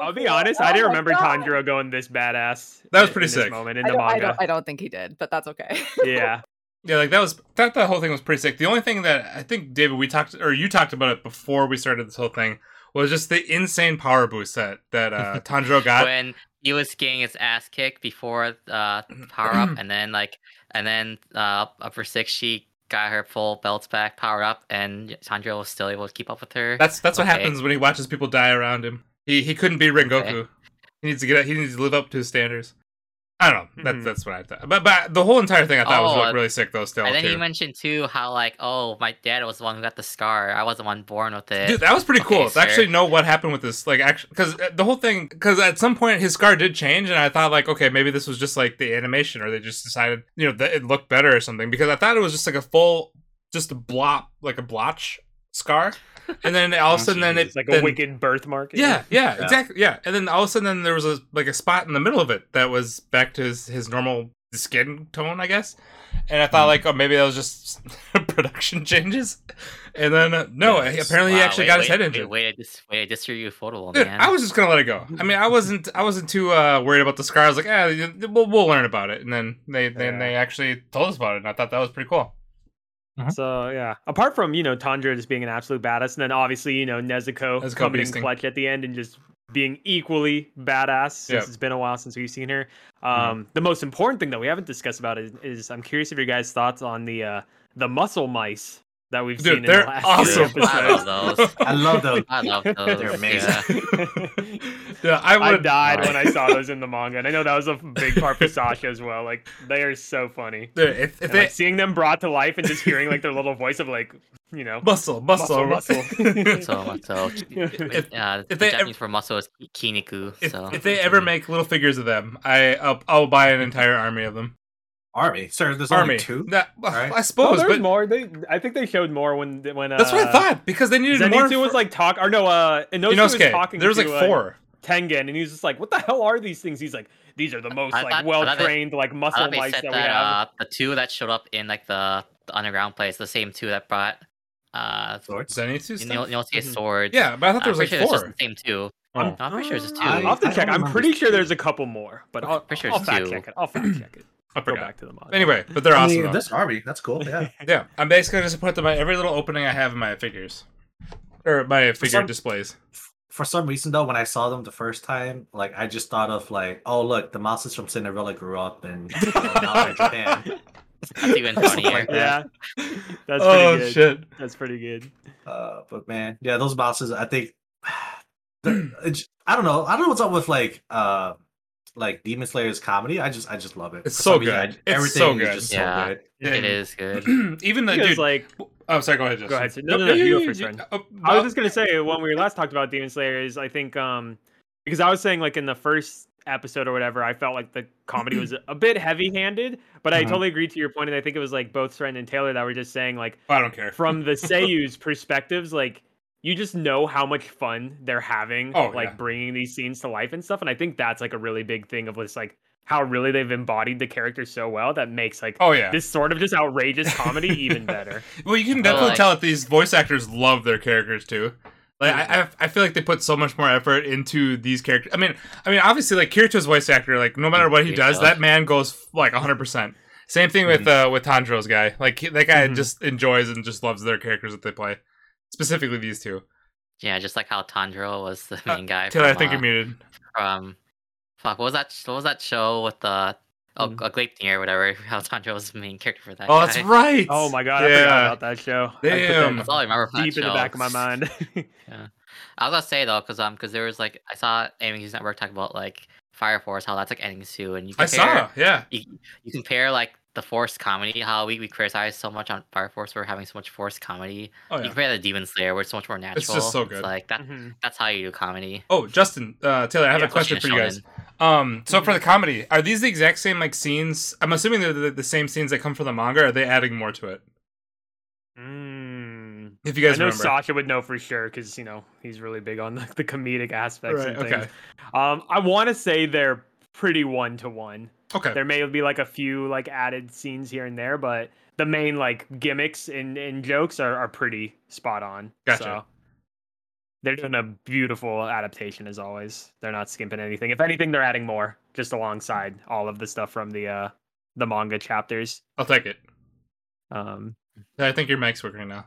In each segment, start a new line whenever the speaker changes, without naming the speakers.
I'll be honest,
Oh
I didn't remember Tanjiro going this badass.
That was
in
pretty
this
sick.
moment in
I
the
don't, I,
manga.
don't, I don't think he did, but that's okay.
Yeah,
Yeah, like that was that. The whole thing was pretty sick. The only thing that I think David, we talked or you talked about it before we started this whole thing was just the insane power boost that that uh, Tanjiro got.
when he was getting his ass kicked before uh
Mm-hmm.
power up and then like and then uh upper six she got her full belts back powered up and Sandra was still able to keep up with her
That's that's what
Okay.
happens when he watches people die around him. He he couldn't be Rengoku.
Okay.
He needs to get. out- He needs to live up to his standards. I don't know. That's
Mhm.
that's what I thought. But but the whole entire thing I thought was
Mm-hmm. Oh,
like, really sick though. Still,
and then
too.
he mentioned too how like oh my dad was the one who got the scar I was the one born with it
Dude, that was pretty
Okay,
cool. to actually
sir.
know what happened with this, like, actually, because the whole thing, because at some point his scar did change, and I thought like, okay, maybe this was just like the animation, or they just decided, you know, that it looked better or something. Because I thought it was just like a full, just a blop, like a blotch scar, and then all of a sudden, then it
it's Oh, like
then-
a wicked birthmark.
Yeah, yeah,
Yeah.
exactly. Yeah, and then all of a sudden, then there was a like a spot in the middle of it that was back to his his normal skin tone, I guess. And I
Hmm.
thought like, oh, maybe that was just production changes. And then uh, no,
Yes.
apparently he
Wow,
actually
wait-
got his
wait-
head
wait-
injured.
Wait, I just wait, I just threw you a photo,
Dude,
man.
I was just gonna let it go. I mean, I wasn't, I wasn't too uh, worried about the scar. I was like, yeah, we'll, we'll learn about it. And then they, then
Yeah.
they actually told us about it, and I thought that was pretty cool.
So yeah, apart from you know Tanjiro just being an absolute badass, and then obviously you know Nezuko
Nezuko
coming in
beasting.
clutch at the end and just being equally badass. Since
Yeah.
it's been a while since we've seen her.
Mm-hmm.
Um, The most important thing that we haven't discussed about is, is I'm curious of your guys' thoughts on the uh, the muscle mice that we've seen. in
Dude, they're
the last
awesome.
Few episodes.
Wow, those.
I love those.
I love those.
They're amazing.
yeah.
yeah, I
I
would.
died when I saw those in the manga, and I know that was a big part for Sasha as well. Like they are so funny.
Dude, if, if
And,
they
like seeing them brought to life and just hearing like their little voice of like, you know,
muscle, muscle,
Muscle, muscle.
So muscle.
If-
uh,
if
if
they
the
ev-
Japanese for muscle is ki- kiniku.
if,
so
if they ever make little figures of them, I I'll, I'll buy an entire army of them.
Army, sir. There's
Army,
only two.
That-
right?
I
Oh,
suppose,
there's
but
more. They, I think they showed more when when. Uh,
that's what I thought because they needed more.
Zenitsu was
for-
like talk, or no, uh, Inosuke, was
Inosuke.
talking.
There was like
to, uh,
four.
Tengen, and he was just like, "What the hell are these things?" He's like, "These are the most
I
like
thought- I thought they-
well trained like
I
muscle
thought they
mice
said
that, we
that
have."
uh, the two that showed up in like the, the underground place, the same two that brought uh,
Swords.
Zenitsu
you
stuff?
know, you know,
Mhm.
swords.
Mm-hmm. Yeah, but I thought
I'm
there was like
pretty sure it's
four.
just the same two.
Oh.
I'm, I'm pretty sure it's just two.
I-
I'll have to
don't
check. I'm
remember
pretty
this
sure
too.
there's a couple more, but I'll,
Pretty sure
I'll
it's
fact
two.
check it. I'll fact check it.
I
Go
forgot.
back to the manga.
Anyway, but they're
I
awesome.
mean,
though.
this army, that's cool. Yeah.
Yeah, I'm basically gonna put them at every little opening I have in my figures, or my figure
some-
displays.
For some reason though, when I saw them the first time, like I just thought of like, oh look, the monsters from Cinderella grew up and you know, now they're in Japan.
That's even funnier.
yeah, that's
oh
pretty good.
shit!
That's pretty good.
Uh, but man, yeah, those bosses, I think, they're- it's- I don't know, I don't know what's up with like, uh, like Demon Slayer's comedy. I just, I just love it.
It's
For
so
some reason,
good.
I-
It's
everything
so
is
good.
just
Yeah.
so good.
It is good.
Even the
Because
dude.
like
oh, sorry. Go ahead. Justin.
Go ahead, Sid. No, no, no, you go first, Ryan.
uh,
I was just gonna say when we last talked about Demon Slayer is I think um because I was saying like in the first episode or whatever I felt like the comedy was a bit heavy handed, but I
Mhm.
totally agree to your point, and I think it was like both Sren and Taylor that were just saying like
I don't care.
from the Seiyu's perspectives, like you just know how much fun they're having,
Oh,
like
yeah.
bringing these scenes to life and stuff, and I think that's like a really big thing of this like how really they've embodied the character so well that makes like
Oh yeah.
this sort of just outrageous comedy even better.
Well, you can
But,
definitely
like-
tell that these voice actors love their characters too. Like I, I, I feel like they put so much more effort into these characters. I mean, I mean, obviously, like Kirito's voice actor, like no matter what he does, that man goes like 100. percent Same thing with uh with Tanjiro's guy. Like he, that guy
Mhm.
just enjoys and just loves their characters that they play, specifically these two.
Yeah, just like how Tanjiro was the main guy.
Taylor, I
from,
think
uh,
you're muted.
from fuck what was that what was that show with the oh,
Mm.
a Glape thing or whatever how Tanjiro was the main character for that
Mm-hmm. Oh, that's
guy.
right.
Oh my god, I
Yeah.
forgot about that show. I put that
Damn.
that's all I remember from
deep
that
in the
show.
back of my mind.
I was gonna say though because um because there was like I saw Amy Hughes Network talk about like Fire Force how that's like ending soon and you
I
compare
saw. Yeah.
you compare like the forced comedy how we, we criticize so much on Fire Force for having so much forced comedy
Oh
you
yeah.
compare the Demon Slayer where it's so much more natural
just so good.
like that
Mhm.
that's how you do comedy
Oh, Justin, uh, Taylor, I have
Yeah,
a question for
Justin
you
and
guys.
Sheldon.
Um, so for the comedy, are these the exact same like scenes? I'm assuming they're the, the same scenes that come from the manga. Or are they adding more to it?
Mm.
If you
I
guys
know
remember,
Sasha would know for sure because you know he's really big on like, the comedic aspects
right?
and things.
Okay,
Um, I want to say they're pretty one to one.
okay,
There may be like a few like added scenes here and there, but the main like gimmicks and, and jokes are, are pretty spot on.
Gotcha.
So They're doing a beautiful adaptation as always. They're not skimping anything. If anything, they're adding more just alongside all of the stuff from the uh the manga chapters.
I'll take it.
Um
I think your mic's working now.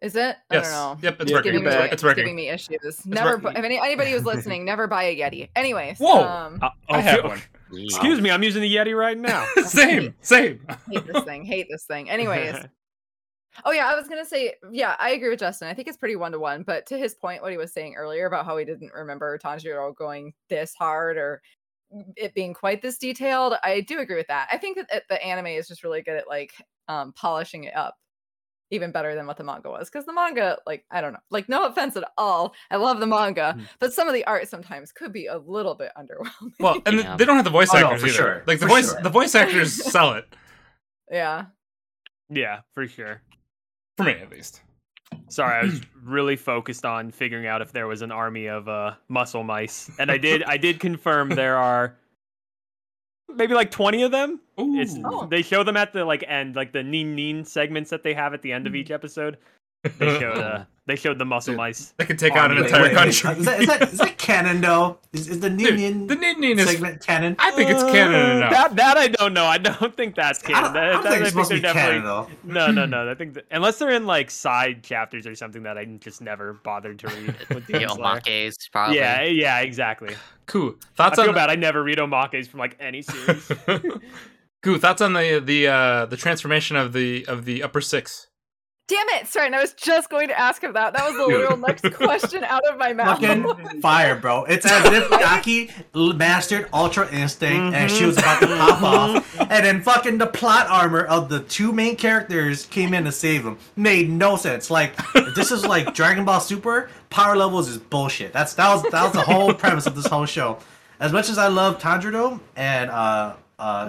Is it? I
Yes.
don't know.
Yep, it's
Yeah,
working.
give
Giving
it
me,
back.
it's
It's
giving
working.
me issues. Never.
working.
bu- If any, anybody who's listening, never buy a Yeti. Anyways.
Whoa.
Um,
I,
I
I'll
have
feel-
one.
uh, Excuse me, I'm using the Yeti right now.
same, same.
hate this thing. Hate this thing. Anyways. Oh yeah, I was gonna say, yeah, I agree with Justin. I think it's pretty one to one. But to his point, what he was saying earlier about how he didn't remember Tanjiro going this hard or it being quite this detailed, I do agree with that. I think that it- the anime is just really good at like um, polishing it up even better than what the manga was because the manga like i don't know like no offense at all i love the manga
Mm.
but some of the art sometimes could be a little bit underwhelming
Well, and
Yeah.
they don't have the voice
Oh, no,
actors
for
either.
sure.
Like the
For
voice,
sure.
the voice actors sell it
yeah
yeah, for sure.
for me at least.
Sorry, I was really focused on figuring out if there was an army of uh, muscle mice, and I did. I did confirm there are maybe like twenty of them. It's
Oh.
they show them at the like end, like the neen neen segments that they have at the end of each episode. They showed uh, they showed the muscle
Dude,
mice.
They could take out an
Wait,
entire
wait,
country.
Is, that, is, that, is that canon though? Is, is the
Dude,
Ninian
the Ninian is.
segment canon?
I think it's canon
Uh,
enough.
That that I don't know. I don't think that's
I
canon.
don't,
That-
I don't
that-
think it's supposed to
they're
be canon though.
No, no, no. I think that, unless they're in like side chapters or something that I just never bothered to read. With
The
Demon Slayer.
omakes, probably.
Yeah, yeah, exactly.
cool.
I
Thoughts
feel
on
bad. I never read omakes from like any series.
Goo, thoughts on the the uh, the transformation of the of the upper six?
Damn it, sorry, and I was just going to ask him that. That was the
Dude.
literal next question out of my mouth.
Fucking fire, bro. It's as if Daki l- mastered Ultra Instinct and she was about to pop off. And then fucking the plot armor of the two main characters came in to save him. Made no sense. Like this is like Dragon Ball Super, power levels is bullshit. That's that was that was the whole premise of this whole show. As much as I love Tanjiro and uh uh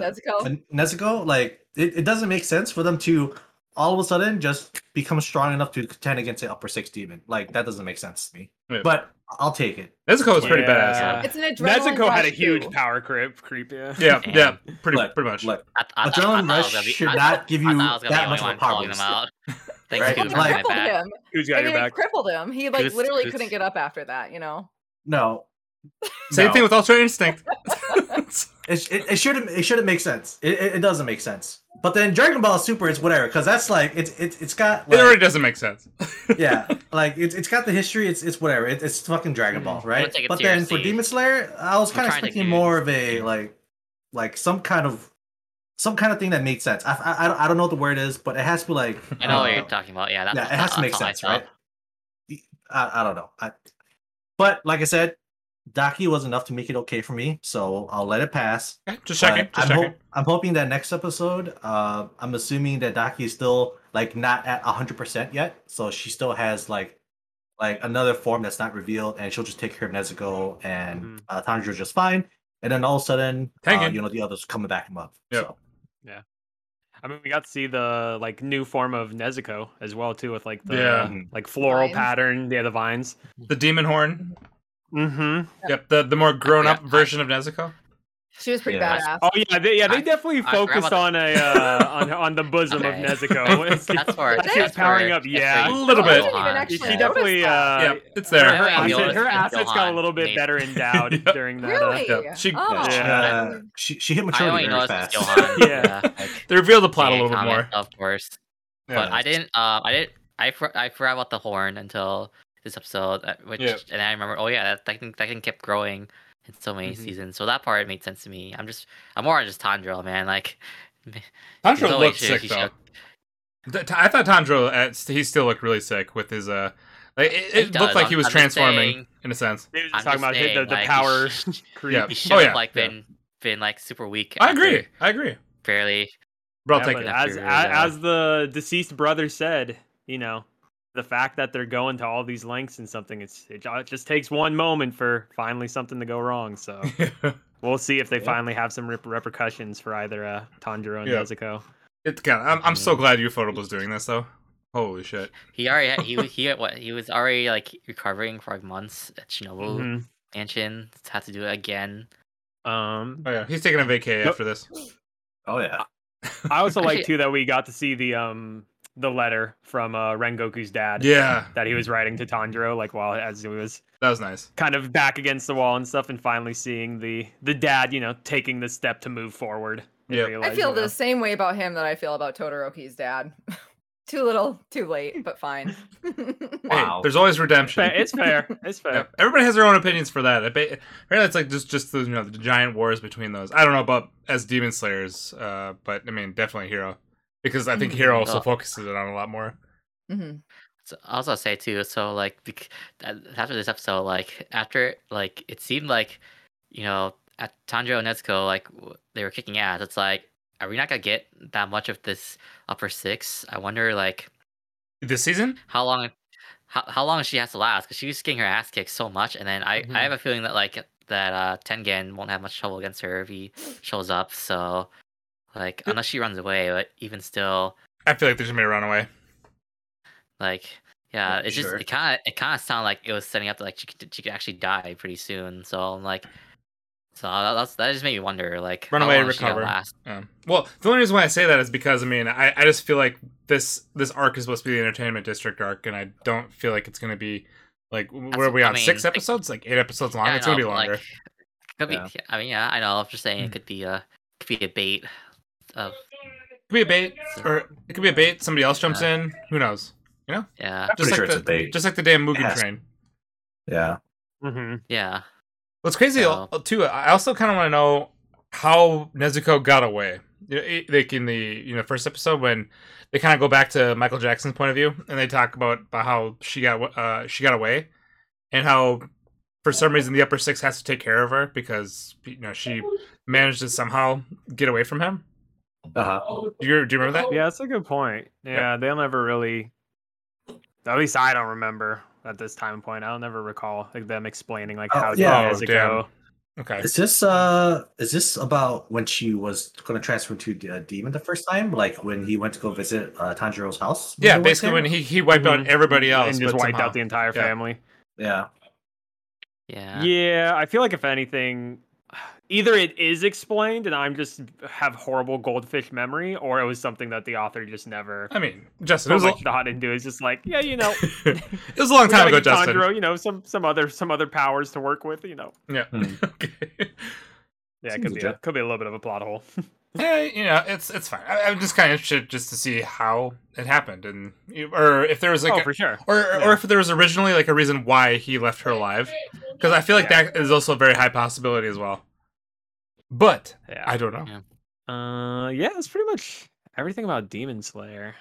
Oh.
Nezuko.
and Nezuko, like it, it doesn't make sense for them to all of a sudden just become strong enough to contend against an upper six demon. Like that doesn't make sense to me.
Yeah.
But I'll take it.
Nezuko was pretty
Yeah.
badass.
It's an adrenaline
Nezuko had a
rush,
huge
too.
power creep. Creep. Yeah.
Yeah, yeah,
Yeah.
pretty
Look,
pretty much.
Look,
I, th- I, thought- I
Adrenaline
thought I was
rush
gonna be-
should
I-
not give
I thought
you
I was gonna
that
be the only
much of a
one calling them
power
out. Thanks
Right?
It
for
Like-
my
crippled
back.
him.
Who's
I
got your
mean, it
back?
crippled him. He like
Goose-
literally
goose.
couldn't get up after that, you know.
No.
Same
No.
thing with Ultra Instinct.
It, it, it shouldn't it shouldn't make sense. It, it, it doesn't make sense. But then Dragon Ball Super is whatever because that's like it's it's it's got
it already
like,
doesn't make sense.
yeah like it's it's got the history. It's it's whatever. It, it's fucking Dragon Ball,
I'm
right?
gonna Mm-hmm. take it
But then for
seriously.
Demon Slayer, I was
I'm
kind of
trying to
expecting
do- Mm-hmm.
more of a like like some kind of some kind of thing that made sense. I I, I don't- I don't know what the word is, but it has to be like
I know what
uh,
you're talking about. Yeah, that's
yeah,
what
it has
I
to make
thought
sense,
myself.
right? I, I don't know. I, but like I said, Daki was enough to make it okay for me, so I'll let it pass.
Okay, just checking.
But
Just
I'm,
checking.
hope- I'm hoping that next episode, uh, I'm assuming that Daki is still like not at 100% yet, so she still has like like another form that's not revealed, and she'll just take care of Nezuko and
Mm-hmm.
Mhm.
uh, Tanjiro just fine. And then all of a sudden, uh,
Tengen.
you know, the others coming back him up.
Yeah.
So.
I mean, we got to see the like new form of Nezuko as well too, with like the
Yeah.
Mhm.
like floral
Vines.
pattern. Yeah, the vines.
The demon horn.
Mm-hmm.
Yep, the the more grown up
Yeah.
version of Nezuko.
She was pretty
Yeah.
badass.
Oh yeah, they, yeah. They
I-
definitely
I forgot
focused
about
on a uh, on on the bosom
Okay.
of Nezuko.
That's where
That
that's
she was
where-
powering up.
that's
Yeah,
where
A little
you-
bit.
Gohan.
I didn't
she
even actually notice
definitely.
Yeah.
that.
Uh,
yep, it's
Her,
there.
Yeah, yeah,
asset-
Viola
her
and
assets got a
Gohan
little bit
made-
better endowed
Yep.
during that. uh,
Really?
yeah, she-
oh.
She,
Yeah.
uh, she, she hit
I
maturity
only
very
noticed it's
fast.
Johan.
Yeah.
like,
They reveal the plot a
yeah,
little bit more.
comment, Of course.
Yeah.
But I didn't. Uh, I didn't. I for, I forgot about the horn until this episode, uh, which
Yeah.
and I remember. Oh yeah, that, that thing that thing kept growing in so many
Mhm.
seasons. So that part made sense to me. I'm just I'm more on just Tandril, man. Like
Tanjiro
He's
looked
always
sick
shaky
though.
shook.
Th- I thought Tanjiro uh, st- he still looked really sick with his uh. Like, it
He
it looked
does,
like he
I'm-
was
I'm just
transforming
saying-
in a sense.
They were just
I'm
talking
just
about
saying,
the, the
like,
power
he sh-
creep.
Yeah.
he
Oh,
should have
yeah,
like
yeah.
been been like super weak.
I
after
agree. I agree.
Barely.
But I'll
Yeah,
take
but
it.
As,
After,
a-
uh,
as the deceased brother said, you know, the fact that they're going to all these lengths and something, it's it, ju- it just takes one moment for finally something to go wrong. So we'll see if they
Yeah.
finally have some rep- repercussions for either uh, Tanjiro and
Yeah.
Nezuko.
it's kind of. I'm, I'm so glad Ufotable was doing this though. Holy shit.
He already had, he he had what he was already like recovering for like months at Shinobu
Mhm.
Mansion. Had to do it again.
Um,
Oh yeah, he's taking a vacay
Yep.
after this.
Oh yeah.
I also like
Actually-
too that we got to see the um the letter from uh, Rengoku's dad
Yeah,
that he was writing to Tanjiro, like while as he was
that was nice.
kind of back against the wall and stuff, and finally seeing the the dad, you know, taking the step to move forward. and
Yep. I
realize,
I feel
you know,
the same way about him that I feel about Todoroki's dad. too little, too late, but fine.
Wow.
Hey, there's always redemption.
Fair- It's fair. It's fair.
Yeah, Everybody has their own opinions for that. I bet, apparently, it's like just just the, you know the giant wars between those. I don't know about as demon slayers, uh, but I mean definitely hero because I
Hmm.
think hero also
Oh.
Well-
focuses it on a lot more.
Mhm.
So I also say too, so like bec- a- after this episode, like after like it seemed like you know at Tanjiro and Nezuko, like w- they were kicking ass. It's like are we not gonna get that much of this upper six? I wonder like
This season,
how long how, how long she has to last because she was getting her ass kicked so much, and then I
Mhm.
I have a feeling that like that uh Tengen won't have much trouble against her if he shows up. So like unless she runs away, but even still,
I feel like there's gonna be a runaway.
Like, yeah,
Yeah,
it just
sure.
it kind of it kind of sounded like it was setting up to, like she could, she could actually die pretty soon. So I'm like, so that, that's, that just made me wonder like how
Runaway,
long is she gonna
recover.
last?
Um, well, the only reason why I say that is because I mean I, I just feel like this this arc is supposed to be the entertainment district arc, and I don't feel like it's gonna be like where are we
I
on
mean,
six
like-
episodes, like eight episodes long.
Yeah, I
it's gonna
know,
be
but,
longer. Hmm.
Like, could be,
Yeah.
yeah, I mean, yeah, I know. I'm just saying
Mm.
it could be a could be a bait. Of
it could be a bait, or it could be a bait. Somebody else
uh,
jumps in. Who knows?
yeah,
Pretty
like
sure
the,
it's a bait.
Just like the damn Mugen
Yes.
train.
Yeah.
hmm
yeah.
What's crazy
So-
uh, too? I also kind of want to know how Nezuko got away. You know, it- like in the you know first episode when they kind of go back to Michael Jackson's point of view and they talk about, about how she got wa- uh, she got away and how for some reason the upper six has to take care of her because you know she managed to somehow get away from him.
Uh-huh.
Do you, do you remember that?
Yeah, that's a good point. Yeah, they'll never really. At least I don't remember at this time point. I don't never recall like them explaining like
Oh,
how
yeah.
years
Oh,
ago.
Okay.
Is this uh is this about when she was gonna transfer to the demon the first time? Like when he went to go visit uh, Tanjiro's house?
Yeah, basically when he, he wiped out
Mhm.
everybody else
and just
but
wiped
somehow-
out the entire
Yeah.
family.
Yeah.
Yeah.
Yeah. I feel like if anything, either it is explained and I'm just have horrible goldfish memory, or it was something that the author just never
I mean, Justin,
put
it was, a,
much thought into. It's just like, yeah, you know,
it was a
we
long time
gotta
ago,
give
Justin.
Tanjiro, you know, some some other some other powers to work with, you know.
Yeah.
Hmm.
okay.
Yeah, it
Seems
could be a,
legit.
could be a little bit of a plot hole.
Yeah, you know, it's it's fine. I, I'm just kind of interested just to see how it happened, and or if there was like,
oh, for sure.
or
yeah.
or if there was originally like a reason why he left her alive, because I feel like that is also a very high possibility as well. But
Yeah.
I don't know.
Yeah.
Uh, yeah, that's pretty much everything about Demon Slayer.